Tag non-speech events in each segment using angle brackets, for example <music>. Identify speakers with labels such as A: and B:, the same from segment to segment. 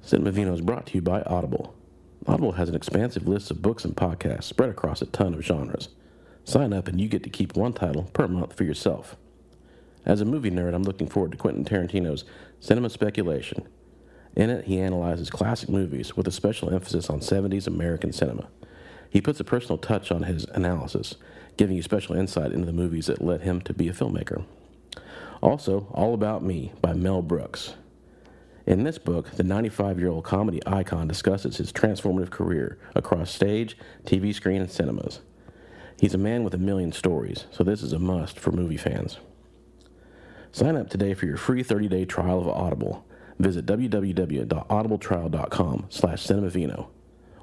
A: St. Movino is brought to you by Audible. Audible has an expansive list of books and podcasts spread across a ton of genres. Sign up and you get to keep one title per month for yourself. As a movie nerd, I'm looking forward to Quentin Tarantino's Cinema Speculation. In it, he analyzes classic movies with a special emphasis on 70s American cinema. He puts a personal touch on his analysis, giving you special insight into the movies that led him to be a filmmaker. Also, All About Me by Mel Brooks. In this book, the 95 year old comedy icon discusses his transformative career across stage, TV screen, and cinemas. He's a man with a million stories, so this is a must for movie fans. Sign up today for your free 30-day trial of Audible. Visit www.audibletrial.com slash cinemavino.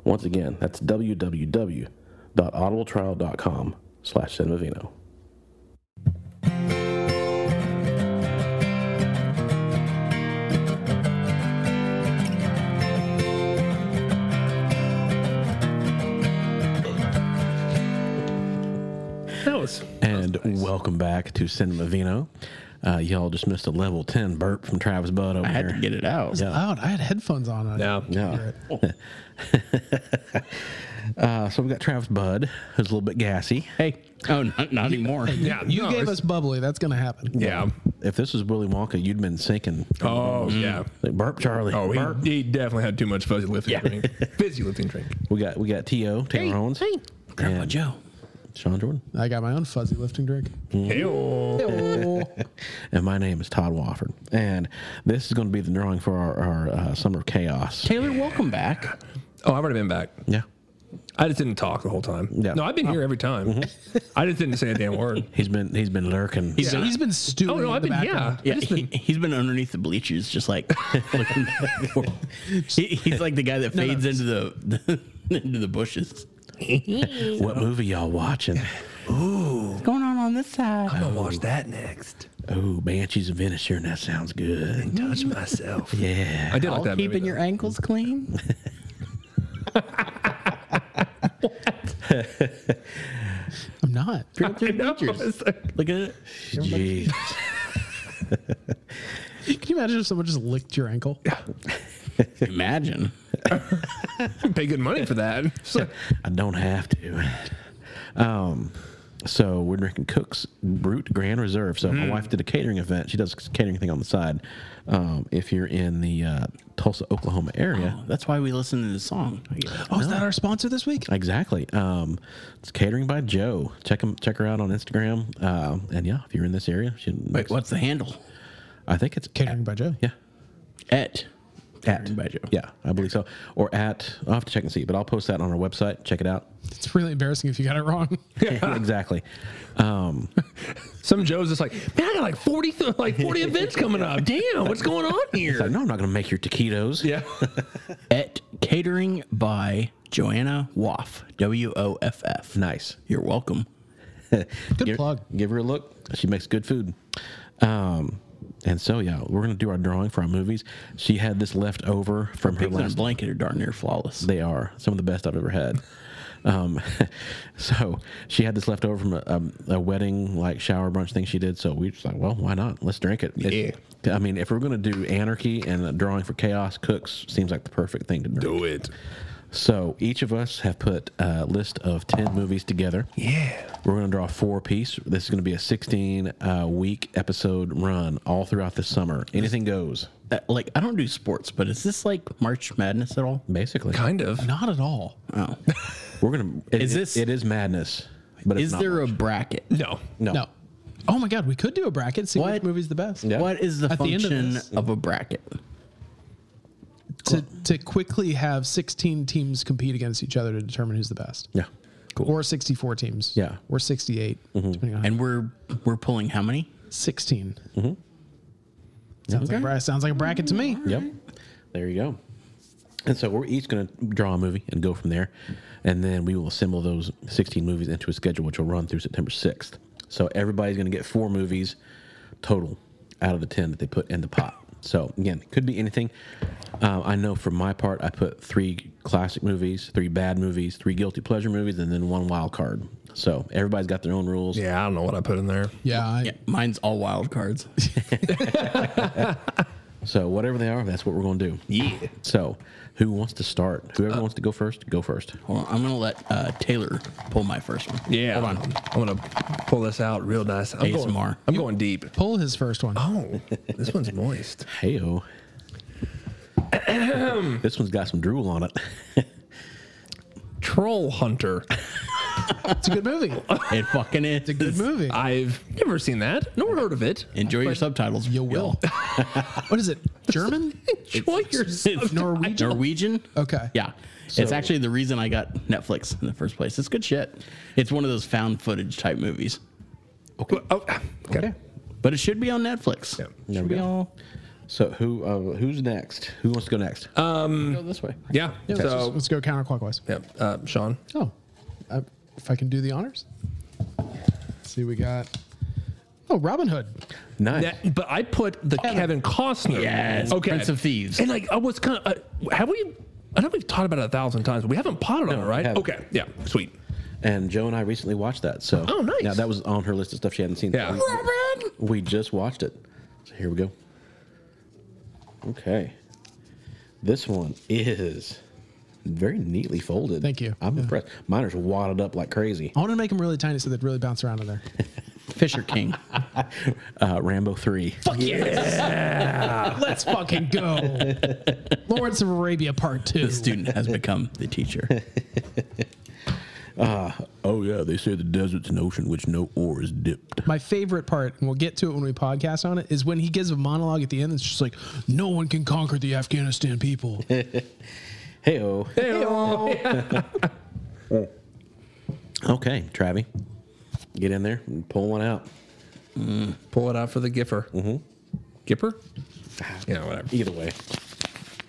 A: Once again, that's www.audibletrial.com slash cinemavino.
B: That was
A: And welcome back to Cinemavino. Uh, y'all just missed a level 10 burp from Travis Budd over
C: I had
A: here.
C: to get it out.
D: loud. I had headphones on. I
B: no.
A: Yeah. Oh. <laughs> uh, so we've got Travis Budd, who's a little bit gassy.
C: Hey, oh, not, not anymore.
B: Yeah,
D: You
B: no,
D: gave
B: it's-
D: us bubbly. That's going to happen.
B: Yeah.
A: If this was Willy Wonka, you'd been sinking.
B: Oh yeah.
A: Like, burp, Charlie.
B: Oh,
A: Mm. burp.
B: he, he definitely had too much fuzzy
A: <laughs>
B: lifting drink. Fizzy lifting drink.
A: We got we got T.O., Taylor Owens,
C: Grandpa
A: and
C: Joe.
A: Sean Jordan.
D: I got my own fuzzy lifting drink.
A: Mm-hmm.
B: Hey-oh.
A: And my name is Todd Wofford. And this is going to be the drawing for our, our uh, Summer of Chaos.
C: <laughs> Taylor, welcome back.
B: Oh, I've already been back.
A: Yeah.
B: I just didn't talk the whole time.
A: Yeah. Oh. Mm-hmm.
B: No, I've been here every time. <laughs> I just didn't say a damn word.
A: He's been he's been lurking.
C: He's
B: Yeah.
D: He's been stewing.
B: Oh no,
D: in
B: I've
D: the
B: been yeah.
D: background.
C: Yeah,
B: I've just
C: he,
B: been-
C: he's been underneath the bleachers, just like <laughs> looking backward. he, he's like the guy that fades into the, <laughs> into the bushes. What's
A: what movie y'all watching?
C: going on on this side?
B: <laughs> I'll watch that next.
A: Oh, Banshees of Inisherin. That sounds good.
B: Touch
A: <laughs>
B: myself.
A: Yeah.
B: I did like that.
C: keeping
B: movie,
C: your ankles clean.
D: <laughs> I'm not.
B: <laughs>
C: Drill through the
B: though.
C: bleachers. Look at it.
A: Jeez.
D: Can you imagine if someone just licked your ankle?
C: Imagine.
B: Pay good money
A: <laughs>
B: for that. It's like,
A: I don't have to. Um, so we're drinking Cook's Brute Grand Reserve. So my wife did a catering event. She does catering thing on the side. Um, if you're in the uh, Tulsa, Oklahoma area,
C: That's why we listen to the song. I guess.
D: Oh, is that our sponsor this week?
A: exactly. Um, it's catering by Joe. Check him, check her out on Instagram. Um, and yeah, if you're in this area, she
C: Wait, what's the handle?
A: I think it's
D: Catering by Joe.
A: yeah.
C: At.
A: At.
C: By Joe.
A: Yeah, I believe so. Or at, I'll have to check and see, but I'll post that on our website. Check it out. <laughs>
D: It's really embarrassing if you got it
B: <laughs>
D: wrong.
A: exactly. Um,
B: some Joe's just like, man, I got like forty, th- like forty events coming up. Damn, what's
A: <laughs>
B: going on
A: it's like,
B: here?
A: no, I'm not going to make your taquitos.
B: Yeah.
C: At catering by Joanna Woff. W O F F.
A: Nice.
C: You're welcome.
D: Good
A: give,
D: plug.
A: Give her a look. She makes good food. Um, and so yeah, we're gonna do our drawing for our movies. She had this left over from her
C: Pigs in a
A: last.
C: blanket are darn near flawless.
A: They are some of the best I've ever had. Um, <laughs> so she had this left over from a, um, a wedding like shower brunch thing she did. So we just like, well, why not? Let's drink it. It- I mean, if we're gonna do anarchy and a drawing for chaos, Cooks seems like the perfect thing to drink.
B: <laughs> Do it.
A: So each of us have put a list of ten movies together.
B: Yeah.
A: We're going to draw four piece. This is going to be a 16 uh, week episode run all throughout the summer. Anything goes,
C: Uh, like, I don't do sports, but is this like March Madness at all?
A: basically.
B: Kind of.
D: Not at all.
C: Oh.
A: We're going to.
C: Is this-
A: It is madness. But it's
C: Is
A: not
C: there
A: much.
C: a bracket?
B: No.
A: no?
D: No. Oh my God, we could do a bracket. See
C: What?
D: which movie's the best.
A: Yeah.
C: What is the
D: At the end of
C: function
D: this.
C: of a bracket?
D: To to quickly have 16 teams compete against each other to determine who's the best.
A: Yeah.
D: Or 64 teams.
A: Yeah.
D: Or 68. Depending on
C: And we're we're pulling how many?
D: 16. Sounds, like a, bra- sounds like a bracket to me.
A: Yep. There you go. And so we're each going to draw a movie and go from there. And then we will assemble those 16 movies into a schedule, which will run through September 6th. So everybody's going to get four movies total out of the 10 that they put in the pot. So again, it could be anything. Uh, I know for my part, I put three classic movies, three bad movies, three guilty pleasure movies, and then one wild card. So everybody's got their own rules.
B: Yeah, I don't know what I put in there.
D: Yeah. I,
C: Yeah, mine's all wild cards.
A: So whatever they are, that's what we're going to do.
C: Yeah.
A: So who wants to start? Whoever wants to go first, go first.
C: Hold on, I'm gonna let uh, Taylor pull my first one.
B: Yeah.
C: Hold on.
B: I'm gonna pull this out real nice. I'm Going,
C: ASMR.
B: I'm going deep.
D: Pull his first one.
B: Oh, this one's moist.
A: <clears throat> Heyo. this one's got some drool on it.
B: <laughs> Troll Hunter.
D: It's a good movie.
C: It fucking is.
D: Good movie.
B: I've never seen that, nor heard of it.
C: Enjoy your subtitles.
D: You will. <laughs> what is it? German?
B: Enjoy
C: <laughs>
B: your
C: It's
D: Norwegian?
C: Norwegian.
D: Okay.
C: Yeah. it's actually the reason I got Netflix in the first place. It's good shit. It's one of those found footage type movies,
B: <laughs> Oh, Okay. okay.
C: but it should be on Netflix.
B: Yeah.
A: There we
C: Should be
A: go.
C: all-
A: So who uh, who's next? Who wants to go next? Um, go this way.
B: Yeah.
D: Yeah, let's, just-
B: so,
D: let's go counterclockwise.
B: Oh. yeah. Uh, Sean.
D: Oh, I, if I can do the honors. Let's see, we got. Oh, Robin Hood.
A: Nice.
B: That, but I put the Kevin, Costner.
C: Yes, Prince of Thieves.
B: And like I was kind of. Uh, have we? I know we've talked about it a thousand times, but we haven't potted on it, right?
A: haven't.
B: Okay. Yeah. Sweet.
A: And Joe and I recently watched that. So
B: Oh, nice.
A: Now that was on her list of stuff she hadn't seen.
B: Yeah.
A: We, we just watched it. So here we go. Okay. This one is very neatly folded.
D: Thank you.
A: I'm
D: Yeah.
A: impressed. Mine are wadded up like crazy.
D: I want to make them really tiny so they'd really bounce around in there.
C: Fisher King.
A: Uh, Rambo three.
D: Fuck yes. Let's fucking go. Lawrence of Arabia Part 2.
C: the student
A: <laughs>
C: has become the teacher.
A: Oh yeah, they say the desert's an ocean which no ore is dipped.
D: My favorite part, and we'll get to it when we podcast on it, is when he gives a monologue at the end. It's just like, no one can conquer the Afghanistan
B: <laughs>
D: people.
A: Hey oh. Okay, Travi. Get in there and pull one out.
B: Pull it out for the Gipper. Mm-hmm. Gipper. Yeah. Whatever.
A: Either way.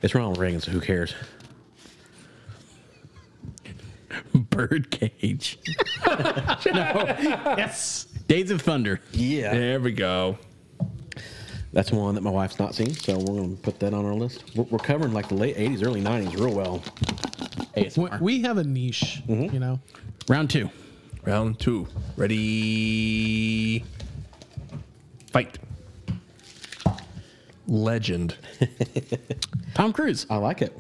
A: It's Ronald Reagan, so who cares?
C: Birdcage. <laughs>
D: yes.
C: Days of Thunder.
A: Yeah.
B: There we go.
A: That's one that my wife's not seen, so we're going to put that on our list. We're, we're covering like the late 80s, early 90s real well.
D: We,
C: ASMR.
D: we have a niche,
B: Mm-hmm.
D: you know?
C: Round two.
B: Round two. Ready. Fight. Legend.
C: Tom Cruise.
A: I like it.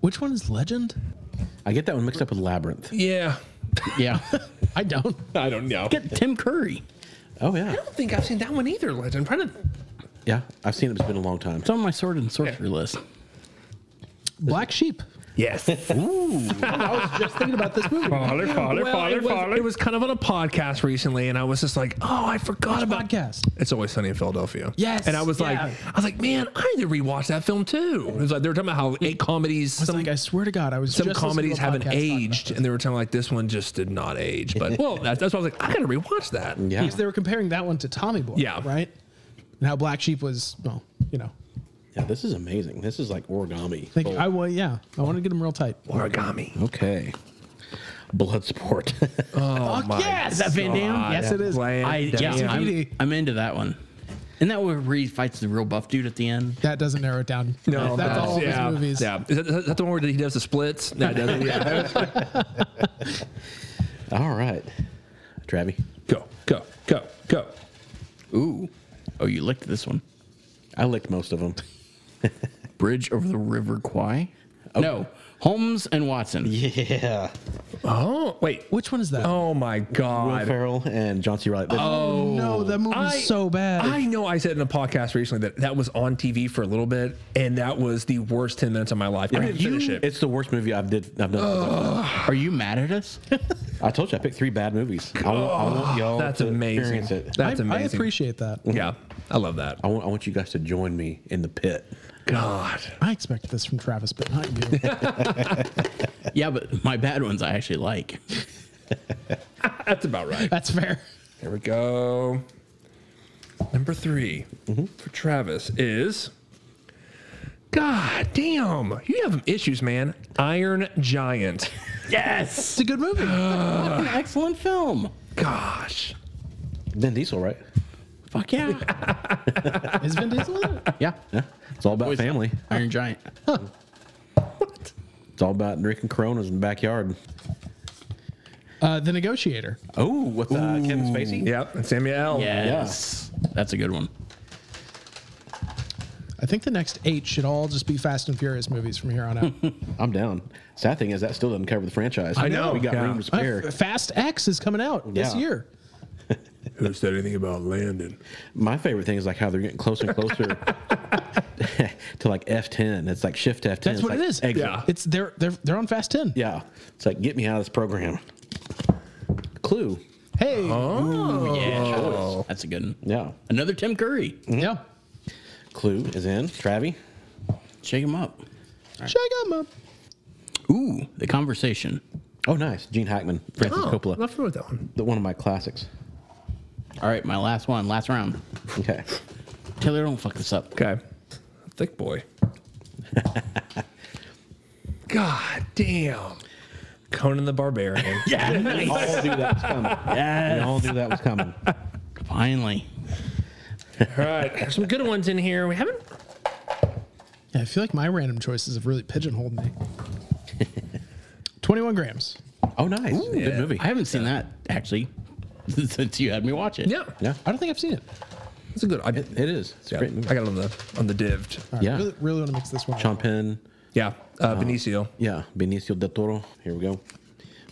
D: Which one is legend?
A: I get that one mixed up with Labyrinth.
B: Yeah.
C: Yeah. <laughs>
D: I don't.
B: I don't know.
C: Get Tim Curry.
A: Oh, yeah.
B: I don't think I've seen that one either, Legend. I'm trying to.
A: Yeah, I've seen it. It's been a long time.
C: It's on my sword and sorcery list.
D: Black Sheep.
B: <laughs> Yes.
D: Just thinking about this movie.
B: Father, father,
D: Well,
B: father,
D: it was-
B: father. It was kind of on a podcast recently, and I was just like, oh, I forgot about
D: Podcast.
B: It's always sunny in Philadelphia.
D: Yes,
B: And I was like,
D: yeah.
B: I was like, man, I need to rewatch that film too. It was like they were talking about how eight comedies,
D: It's
B: some,
D: like I swear to God, I was
B: some
D: just
B: comedies
D: listening
B: haven't
D: to a podcast talking about
B: aged, and they were telling like this one just did not age. But well, that's, that's why I was like, I gotta rewatch that.
D: it.
A: Yeah.
D: because they were comparing that one to Tommy Boy.
B: Yeah.
D: right. And how Black Sheep was, well, you know,
A: Yeah, this is amazing. This is like origami.
D: like I well, yeah, I want to get them real tight.
B: Origami.
A: Okay. Bloodsport.
D: Oh, Fuck yes,
C: Is that Van Damme?
B: God.
D: Yes, it is.
B: Bland
C: I, yeah,
B: damn.
C: I'm,
D: DVD.
C: I'm into that one. Isn't that where he fights the real buff dude at the end?
D: That doesn't narrow it down.
B: No,
D: that's all of his
B: yeah,
D: movies.
B: Yeah, is that, is that the one where he does the splits? No, it doesn't. Yeah,
A: <laughs> All right. Travi.
B: go, go, go, go.
C: Ooh. Oh, you licked this one.
A: I licked most of them.
C: Bridge over the River Kwai? Oh. No. Holmes and Watson.
A: Yeah.
B: Oh wait,
D: Which one is that?
B: oh my
A: Will
B: god.
A: Ferrell and John C. Riley.
D: Oh, no, that movie's so bad.
B: I know I said in a podcast recently that that was on TV for a little bit, and that was the worst 10 minutes of my life. I didn't finish it.
A: It's the worst movie I've did I've done.
C: Are you mad
A: <laughs>
C: at us?
A: I told you I picked three bad movies. I want, I want y'all
B: Ah, That's
A: to
B: amazing.
A: experience it. Oh,
D: I,
B: That's
D: I
B: amazing.
D: appreciate that.
B: Yeah, I love that.
A: I want, I want you guys to join me in the pit.
B: God.
D: I expect this from Travis, but not you. <laughs>
C: yeah, but my bad ones I actually like.
B: That's about right.
D: that's fair.
B: There we go. Number 3 for Travis is. God damn. You have issues, man. Iron Giant.
D: It's
C: Yes.
D: a good movie.
C: An excellent film.
B: Gosh.
A: Vin Diesel, right?
C: Fuck yeah.
D: <gasps> is Vin Diesel in it?
C: yeah.
A: Yeah. It's all about
C: Always-
A: family.
C: <laughs> Iron Giant.
A: It's all about drinking Coronas in the backyard.
D: Uh, the Negotiator.
A: Oh, what's uh, Kevin Spacey?
B: Yep. And Samuel L.
C: Yes. That's a good one.
D: I I think the next eight should all just be Fast and Furious movies from here on out. Uh,
A: I'm down. Sad thing is that still doesn't cover the franchise.
B: I know,
A: we got
B: yeah.
A: room to
D: Uh, <laughs>
A: spare.
D: Fast X is coming out this
A: Yeah.
D: year.
B: Who said anything about Landon?
A: My favorite thing is like how they're getting closer and closer to like F10. It's like shift F10.
D: That's
A: It's
D: what
A: like
D: it is.
A: exit.
B: Yeah.
D: It's they're they're they're on Fast Ten.
A: Yeah. It's like get me out of this program. Clue.
D: Hey.
C: Oh, yeah. That's a good one.
A: Yeah. Mm-hmm.
C: Another Tim Curry.
D: Yeah.
A: Clue is in. Travi.
C: Shake him up.
D: Shake 'em up.
C: Ooh, the conversation.
A: Oh, nice. Gene Hackman. Francis Coppola.
B: I forgot that one.
A: The- one of my classics.
C: All right, my last one, last round.
A: Okay.
C: Taylor, don't fuck this up.
B: Okay. Thick <laughs> boy. God damn. Conan the Barbarian.
C: <laughs> Yeah,
A: We
C: nice.
A: <laughs> all knew that was coming. We all knew that was coming.
C: <laughs> Finally.
B: <laughs> All right. There's some good ones in here. We haven't.
D: Yeah, I feel like my random choices have really pigeonholed me. 21 grams.
A: Oh, nice. Good movie.
C: I haven't seen that actually <laughs> since you had me watch it.
B: Yeah.
A: yeah.
D: I don't think I've seen it.
B: It's a good. I,
A: It, it is. It's a
B: yeah,
A: great movie.
B: I got it on the on the dived.
D: All right,
A: Yeah.
D: Really, really want to mix this one.
A: Sean
D: up.
A: Penn.
B: Yeah. Uh, Benicio.
A: Yeah. Benicio del Toro. Here we go.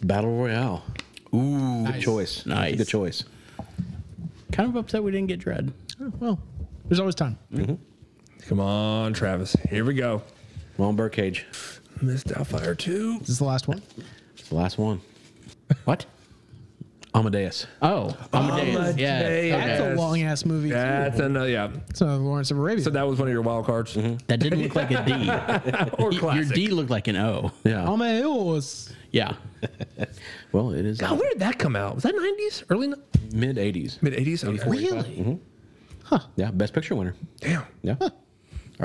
A: Battle Royale.
C: Ooh.
A: Good choice.
C: Nice.
A: Good choice.
C: Kind of upset we didn't get Dread.
D: Oh, well, there's always time.
B: Come on, Travis. Here we go.
A: Ron Burkage.
B: Miss Doubtfire too.
D: Is this the last one?
A: It's the last one.
C: What?
A: Amadeus.
C: Oh, Amadeus. Yeah.
B: Amadeus.
C: okay.
D: That's a
B: Yes.
D: long ass movie. too.
B: That's another. Yeah.
D: So Lawrence of Arabia.
B: So that was one of your wild cards.
A: Mm-hmm.
D: <laughs>
C: That didn't look like a D.
B: Or
C: Y- Your
B: classic.
C: D looked like an O.
A: Yeah.
D: Um, Amadeus.
C: Yeah.
A: well, it is
B: God, where did that come out? Was that 90s? Early
A: mid 80s.
B: mid 80s? Okay.
D: Really?
A: Yeah. Best picture winner.
B: Damn.
A: Yeah.
C: All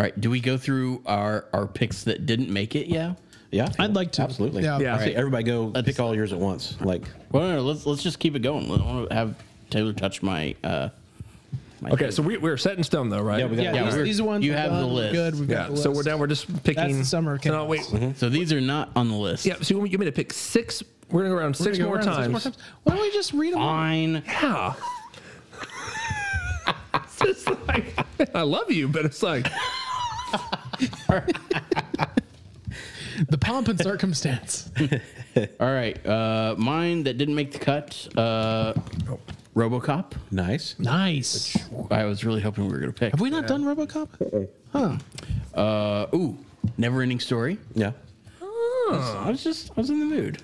C: right. Do we go through our our picks that didn't make it? Yeah.
A: Yeah.
D: I'd like to.
A: Absolutely.
D: Yeah.
B: Yeah.
A: I say everybody go pick all yours at once. Like,
C: Well, no, no, let's let's just keep it going. I want to have Taylor touch my. uh my
B: Okay, so we, we're set in stone though, right?
A: Yeah, we got-
D: Yeah,
C: Yeah,
D: these,
C: we're-
D: these are ones
C: you
D: we've
C: have the
D: done.
C: list.
D: Good. We've
B: Yeah,
D: got the
B: so
D: list.
B: we're now we're just picking.
D: the summer
B: No,
D: chaos.
B: wait.
A: Mm-hmm.
C: So these are not on the list.
B: Yeah, so you want you want me to pick six? We're gonna go around
D: We're
B: six,
D: gonna go
B: more
D: around
B: times.
D: six more times. Why don't we just read them? all?
C: Fine.
B: Yeah. <laughs> it's just like I love you, but it's like
D: The pomp and
B: <laughs>
D: circumstance.
C: All right. Uh, mine that didn't make the cut. Uh,
D: Oh.
C: RoboCop.
A: nice.
D: nice.
C: I was really hoping we were gonna pick.
D: Have we not done RoboCop?
C: Uh, ooh, Never Ending Story.
A: Yeah.
C: I was just I was in the mood.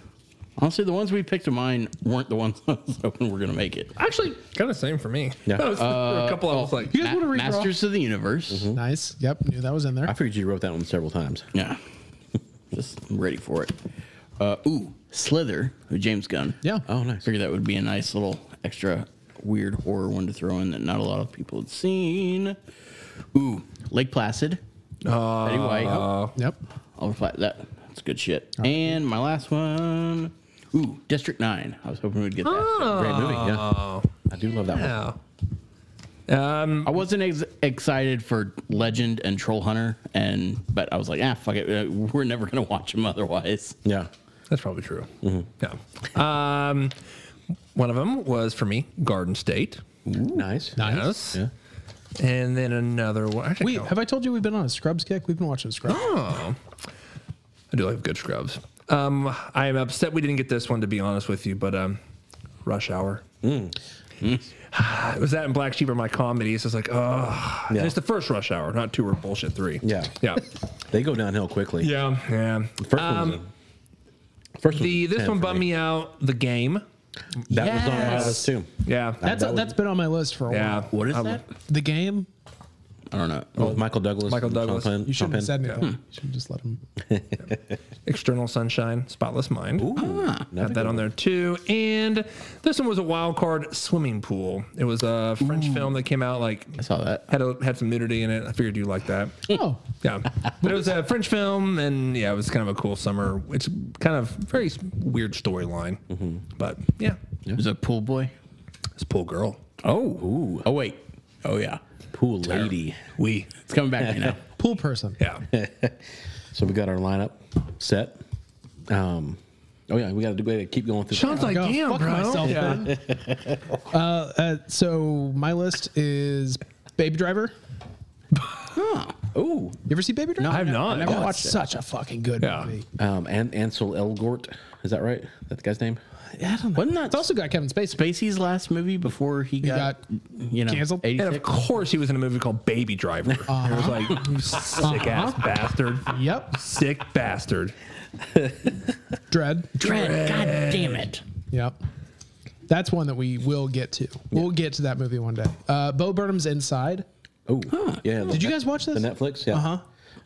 C: Honestly, the ones we picked of mine weren't the ones <laughs> I was hoping were gonna make it.
B: actually kind of same for me.
A: Yeah. Uh,
B: That was- <laughs> there were a couple I was like,
D: You guys Mm-hmm. want to read? Raw?
C: Masters of the Universe.
D: Nice. Yep. Knew that was in there.
A: I figured you wrote that one several times.
C: Yeah, <laughs> just I'm ready for it. Uh, ooh, Slither with James Gunn.
D: yeah.
A: Oh, nice.
C: figure that would be a nice little extra weird horror one to throw in that not a lot of people had seen. Ooh, Lake Placid. Uh, Uh. Betty White.
D: Yep.
C: I'll reply that. That's good shit. And my last one. Ooh, District Nine. I was hoping we'd get that.
A: Great movie. Yeah.
D: Oh.
A: I do love that one.
B: yeah. Um,
C: I wasn't ex- excited for Legend and Troll Hunter, and but I was like, ah, fuck it, uh, we're never gonna watch them otherwise.
A: Yeah.
B: that's probably true.
A: Mm-hmm.
B: Yeah. Um, one of them was for me, Garden State.
A: Nice.
B: Yes.
A: Yeah.
B: And then another one. Actually,
D: We
B: no.
D: have I told you we've been on a Scrubs kick? We've been watching Scrubs.
B: <gasps> Oh, I do have good scrubs. Um, I am upset we didn't get this one to be honest with you, but um, Rush Hour.
A: Mm.
B: <sighs> it was that in Black Sheep or my comedy. So it's like, oh,
A: Yeah.
B: it's the first Rush Hour, not two or bullshit three.
A: Yeah.
B: yeah,
A: They go downhill quickly.
B: yeah, yeah. Um,
A: The first one.
D: Um,
A: was a- First one
B: The
A: was a
B: this
A: 10
B: one
A: for
B: bummed me out. The game.
A: That was on my
D: Yes.
A: list too.
B: Yeah,
D: That's
A: that was-
D: that's been on my list for a
B: yeah.
D: while.
C: What is
B: Um,
C: that?
D: The game.
C: I don't know.
A: With Michael Douglas.
B: Michael
A: and Sean
B: Douglas.
A: Penn-
D: Oh. You
A: Sean
D: shouldn't
A: Penn.
D: have said anything. You should just let
B: <laughs>
D: him.
B: External Sunshine, Spotless Mind.
C: Ah.
A: another
B: Got that
A: good
B: on there too. And this one was a wild card swimming pool. It was a French film that came out like
C: I saw that.
B: had a, had some nudity in it. I figured you like that.
D: Oh,
B: Yeah. But it was a French film and yeah, it was kind of a cool summer. It's kind of very s- weird storyline.
C: Mm-hmm.
B: But yeah.
C: It was a pool boy.
B: It's pool girl.
C: Oh. Oh wait. Oh yeah.
A: Pool lady.
C: We. It's coming back to me now.
D: pool person.
B: Yeah.
A: So we got our lineup set. Um, oh yeah, we got to do. we gotta keep going through.
B: Sean's like,
D: God,
B: damn,
D: oh, fuck
B: bro.
D: myself,
B: yeah.
D: Uh, so my list is Baby Driver,
C: Huh. <laughs> Ooh.
D: You ever see Baby Driver?
B: I have not.
C: never
D: Oh, it's
C: watched it.
D: such a fucking good
B: Yeah.
D: movie.
A: Um, and Ansel Elgort, is that right? That the guy's name?
C: I don't know. Wasn't that
D: It's also got Kevin Spacey.
C: Spacey's last movie before he, got,
D: got
C: you know
D: canceled? And
B: <laughs> And of
C: 86?
B: course, he was in a movie called Baby
C: <laughs>
B: Driver. It was like, you sick ass
C: Uh-huh.
B: bastard.
D: Uh-huh. Yep.
B: Sick bastard.
D: Dread.
C: Dread. God damn it.
D: Yep. That's one that we will get to. We'll get to that movie one day. Uh, Bo Burnham's Inside.
A: Oh, yeah. the
D: Did you
A: Net-
D: guys watch this?
A: The Netflix? Yeah.
D: Uh-huh.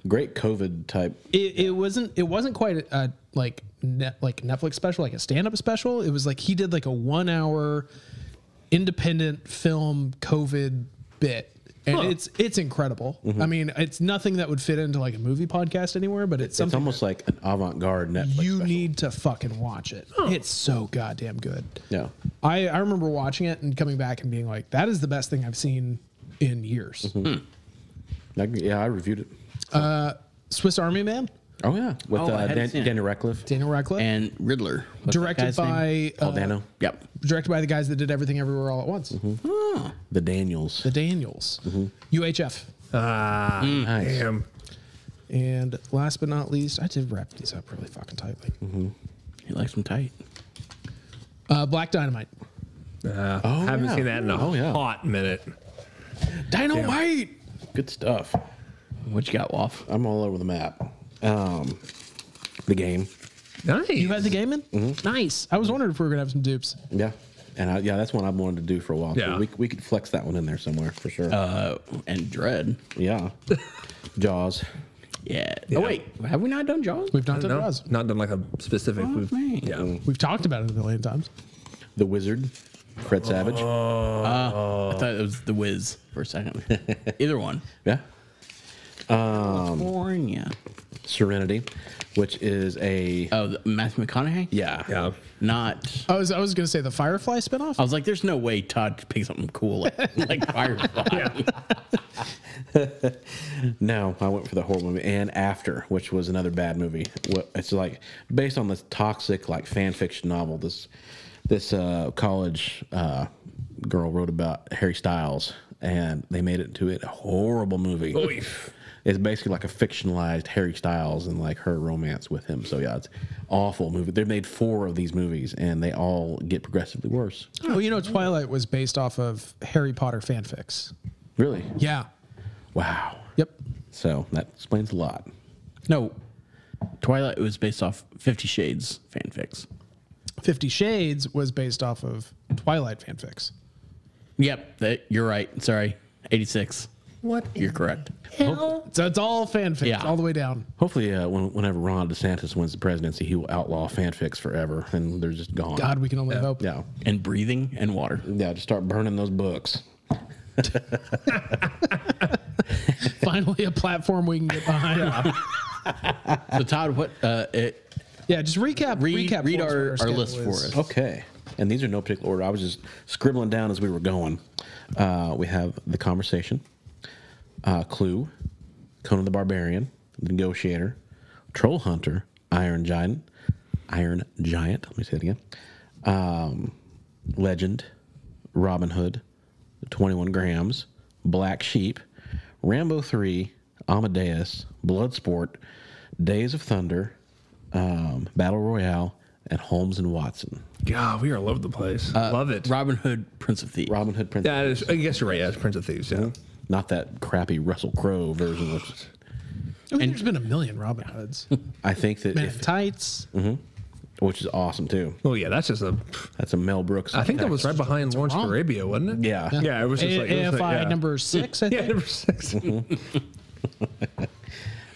A: Great COVID type.
D: It, it wasn't. It wasn't quite a, a like net, like Netflix special, like a stand up special. It was like he did like a one hour independent film COVID bit, and it's it's incredible. I mean, it's nothing that would fit into like a movie podcast anywhere, but it's,
A: It's
D: something
A: almost like an avant garde Netflix.
D: you
A: special.
D: need to fucking watch it. It's so goddamn good.
A: Yeah.
D: I, I remember watching it and coming back and being like, that is the best thing I've seen in years.
A: I, yeah, I reviewed it.
D: Uh, Swiss Army Man,
A: Oh, yeah. With
C: Oh, I
A: uh,
C: hadn't
A: Dan-
C: seen it.
A: Daniel Radcliffe.
D: Daniel Radcliffe,
C: And Riddler. What's that
D: directed
C: guy's name?
D: by
A: Paul
D: uh,
A: Dano.
C: Yep.
D: directed by the guys that did Everything Everywhere All at Once,
A: The Daniels.
D: the Daniels, UHF,
B: Ah,
A: Nice.
B: damn.
D: and last but not least, I did wrap these up really fucking tightly.
C: He likes them tight.
D: Uh, Black Dynamite,
B: Uh,
A: Oh,
B: haven't
A: yeah.
B: seen that in a
A: Oh, yeah.
B: hot minute.
A: Dynamite! Good stuff.
C: What you got, Wolf?
A: I'm all over the map. Um, the game.
B: Nice.
D: you had the game in, nice. Mm-hmm. I was wondering if we were gonna have some dupes.
A: Yeah. And I, yeah, that's one I've wanted to do for a while. too.
B: Yeah.
A: We, we could flex that one in there somewhere for sure.
C: Uh, and Dread.
A: yeah. Jaws.
C: Yeah. Oh wait, have we not done Jaws?
D: We've not done
B: no,
D: Roz.
B: not done like a specific. we've-
C: man.
B: yeah.
D: We've talked about it a million times.
A: The Wizard. Fred Savage.
B: Oh.
C: I thought it was The Wiz for a <laughs> second. Either one.
A: Yeah.
C: Um, California.
A: Serenity, which is a.
C: Oh, the, Matthew McConaughey.
A: yeah.
B: Yeah.
C: Not.
D: I was I was gonna say the Firefly spinoff.
C: I was like, there's no way Todd could pick something cool like, like Firefly.
A: No, I went for the horror movie and After, which was another bad movie. What- It's like based on this toxic like fan fiction novel. This this uh, college uh, girl wrote about Harry Styles, and they made it into it a horrible movie.
B: Oif.
A: It's basically like a fictionalized Harry Styles and like her romance with him. So yeah, it's awful movie. They made four of these movies, and they all get progressively worse.
D: Well, you know, Twilight was based off of Harry Potter fanfics.
A: Really?
D: Yeah.
A: Wow.
D: Yep.
A: So that explains a lot.
C: No, Twilight was based off Fifty Shades fanfics.
D: Fifty Shades was based off of Twilight fanfics.
C: Yep, that, you're right. Sorry, eighty six. What? You're correct.
D: So it's all fanfics
C: Yeah.
D: all the way down.
A: Hopefully, uh, when, whenever Ron DeSantis wins the presidency, he will outlaw fanfics forever, and they're just gone.
D: God, we can only hope.
A: Yeah,
C: And breathing and water.
A: yeah. Just start burning those books.
D: Finally, a platform we can get behind. yeah.
C: So Todd, what? Uh, it,
D: just recap.
C: Read-
D: recap.
C: read
D: for us
C: our-
D: what
C: our
D: schedule
C: list for
D: is.
C: us.
A: Okay. And these are no particular order. I was just scribbling down as we were going. Uh, we have the conversation, uh, Clue, Conan the Barbarian, The Negotiator, Troll Hunter, Iron Giant, Iron Giant. Let me say it again. Um, Legend, Robin Hood, 21 Grams, Black Sheep, Rambo 3, Amadeus, Bloodsport, Days of Thunder, um, Battle Royale, and Holmes and Watson.
B: God, we are all over the place. Love it.
C: Robin Hood, Prince of Thieves.
A: Robin Hood Prince.
B: That is, I guess you're right. Yeah, it's Prince of Thieves. Yeah.
A: Not that crappy Russell Crowe version. Which
D: I mean, there's been a million Robin
C: <laughs>
D: Hoods.
A: I think that,
D: Man in
A: if-
D: tights.
A: which is awesome too.
B: Oh yeah, that's just a.
A: That's a Mel Brooks.
B: I think that was right behind Lawrence
D: wrong?
B: Arabia, wasn't it?
A: Yeah.
B: Yeah, it was just
D: A-
B: like it
D: AFI
B: was like, yeah.
D: number six. I
B: <laughs> Yeah,
D: think.
B: number six.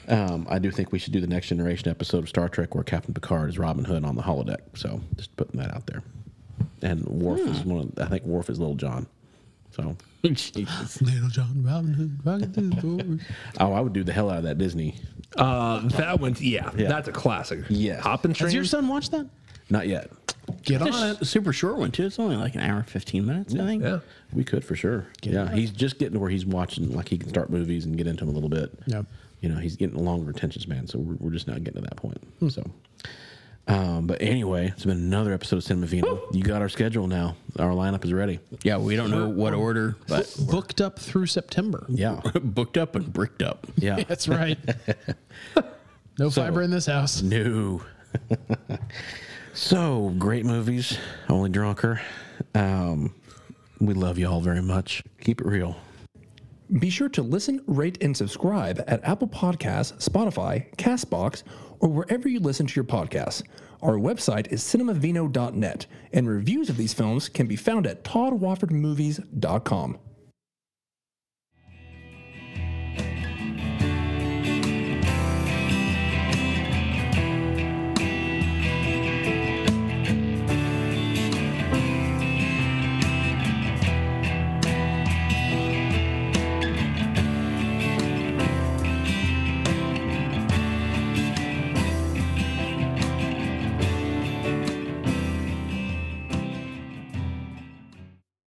A: Um, I do think we should do the next generation episode of Star Trek where Captain Picard is Robin Hood on the holodeck. So just putting that out there. And Worf is
B: Hmm.
A: one. Of, I think Worf is Little John. So
C: Jesus.
D: Little John Robin Hood riding through the forest.
A: oh, I would do the hell out of that Disney.
B: Uh, that one's yeah, That's a classic.
A: Yes.
B: Hoppin' train.
D: Has your son watched that?
A: Not yet.
D: Get on it.
C: It's a super short one too. It's only like an hour fifteen minutes, I think.
B: yeah.
A: We could for sure. yeah, he's just getting to where he's watching. Like he can start movies and get into them a little bit.
D: Yeah.
A: you know he's getting a longer attention span, so we're, we're just not getting to that point. So, Um, but anyway, it's been another episode of Cinema Vino. You got our schedule now. Our lineup is ready.
C: Yeah, we don't know what order,
D: <laughs>
C: but
D: Booked up through September.
C: <laughs>
A: Yeah.
C: booked up and bricked up.
A: Yeah.
D: <laughs>
C: <laughs>
D: That's right. no fiber in this house.
A: No. <laughs> so great movies, only drunker. Um, we love you all very much. Keep it real.
B: Be sure to listen, rate, and subscribe at Apple Podcasts, Spotify, Castbox, or wherever you listen to your podcasts. Our website is cinemavino.net, and reviews of these films can be found at toddwoffordmovies.com.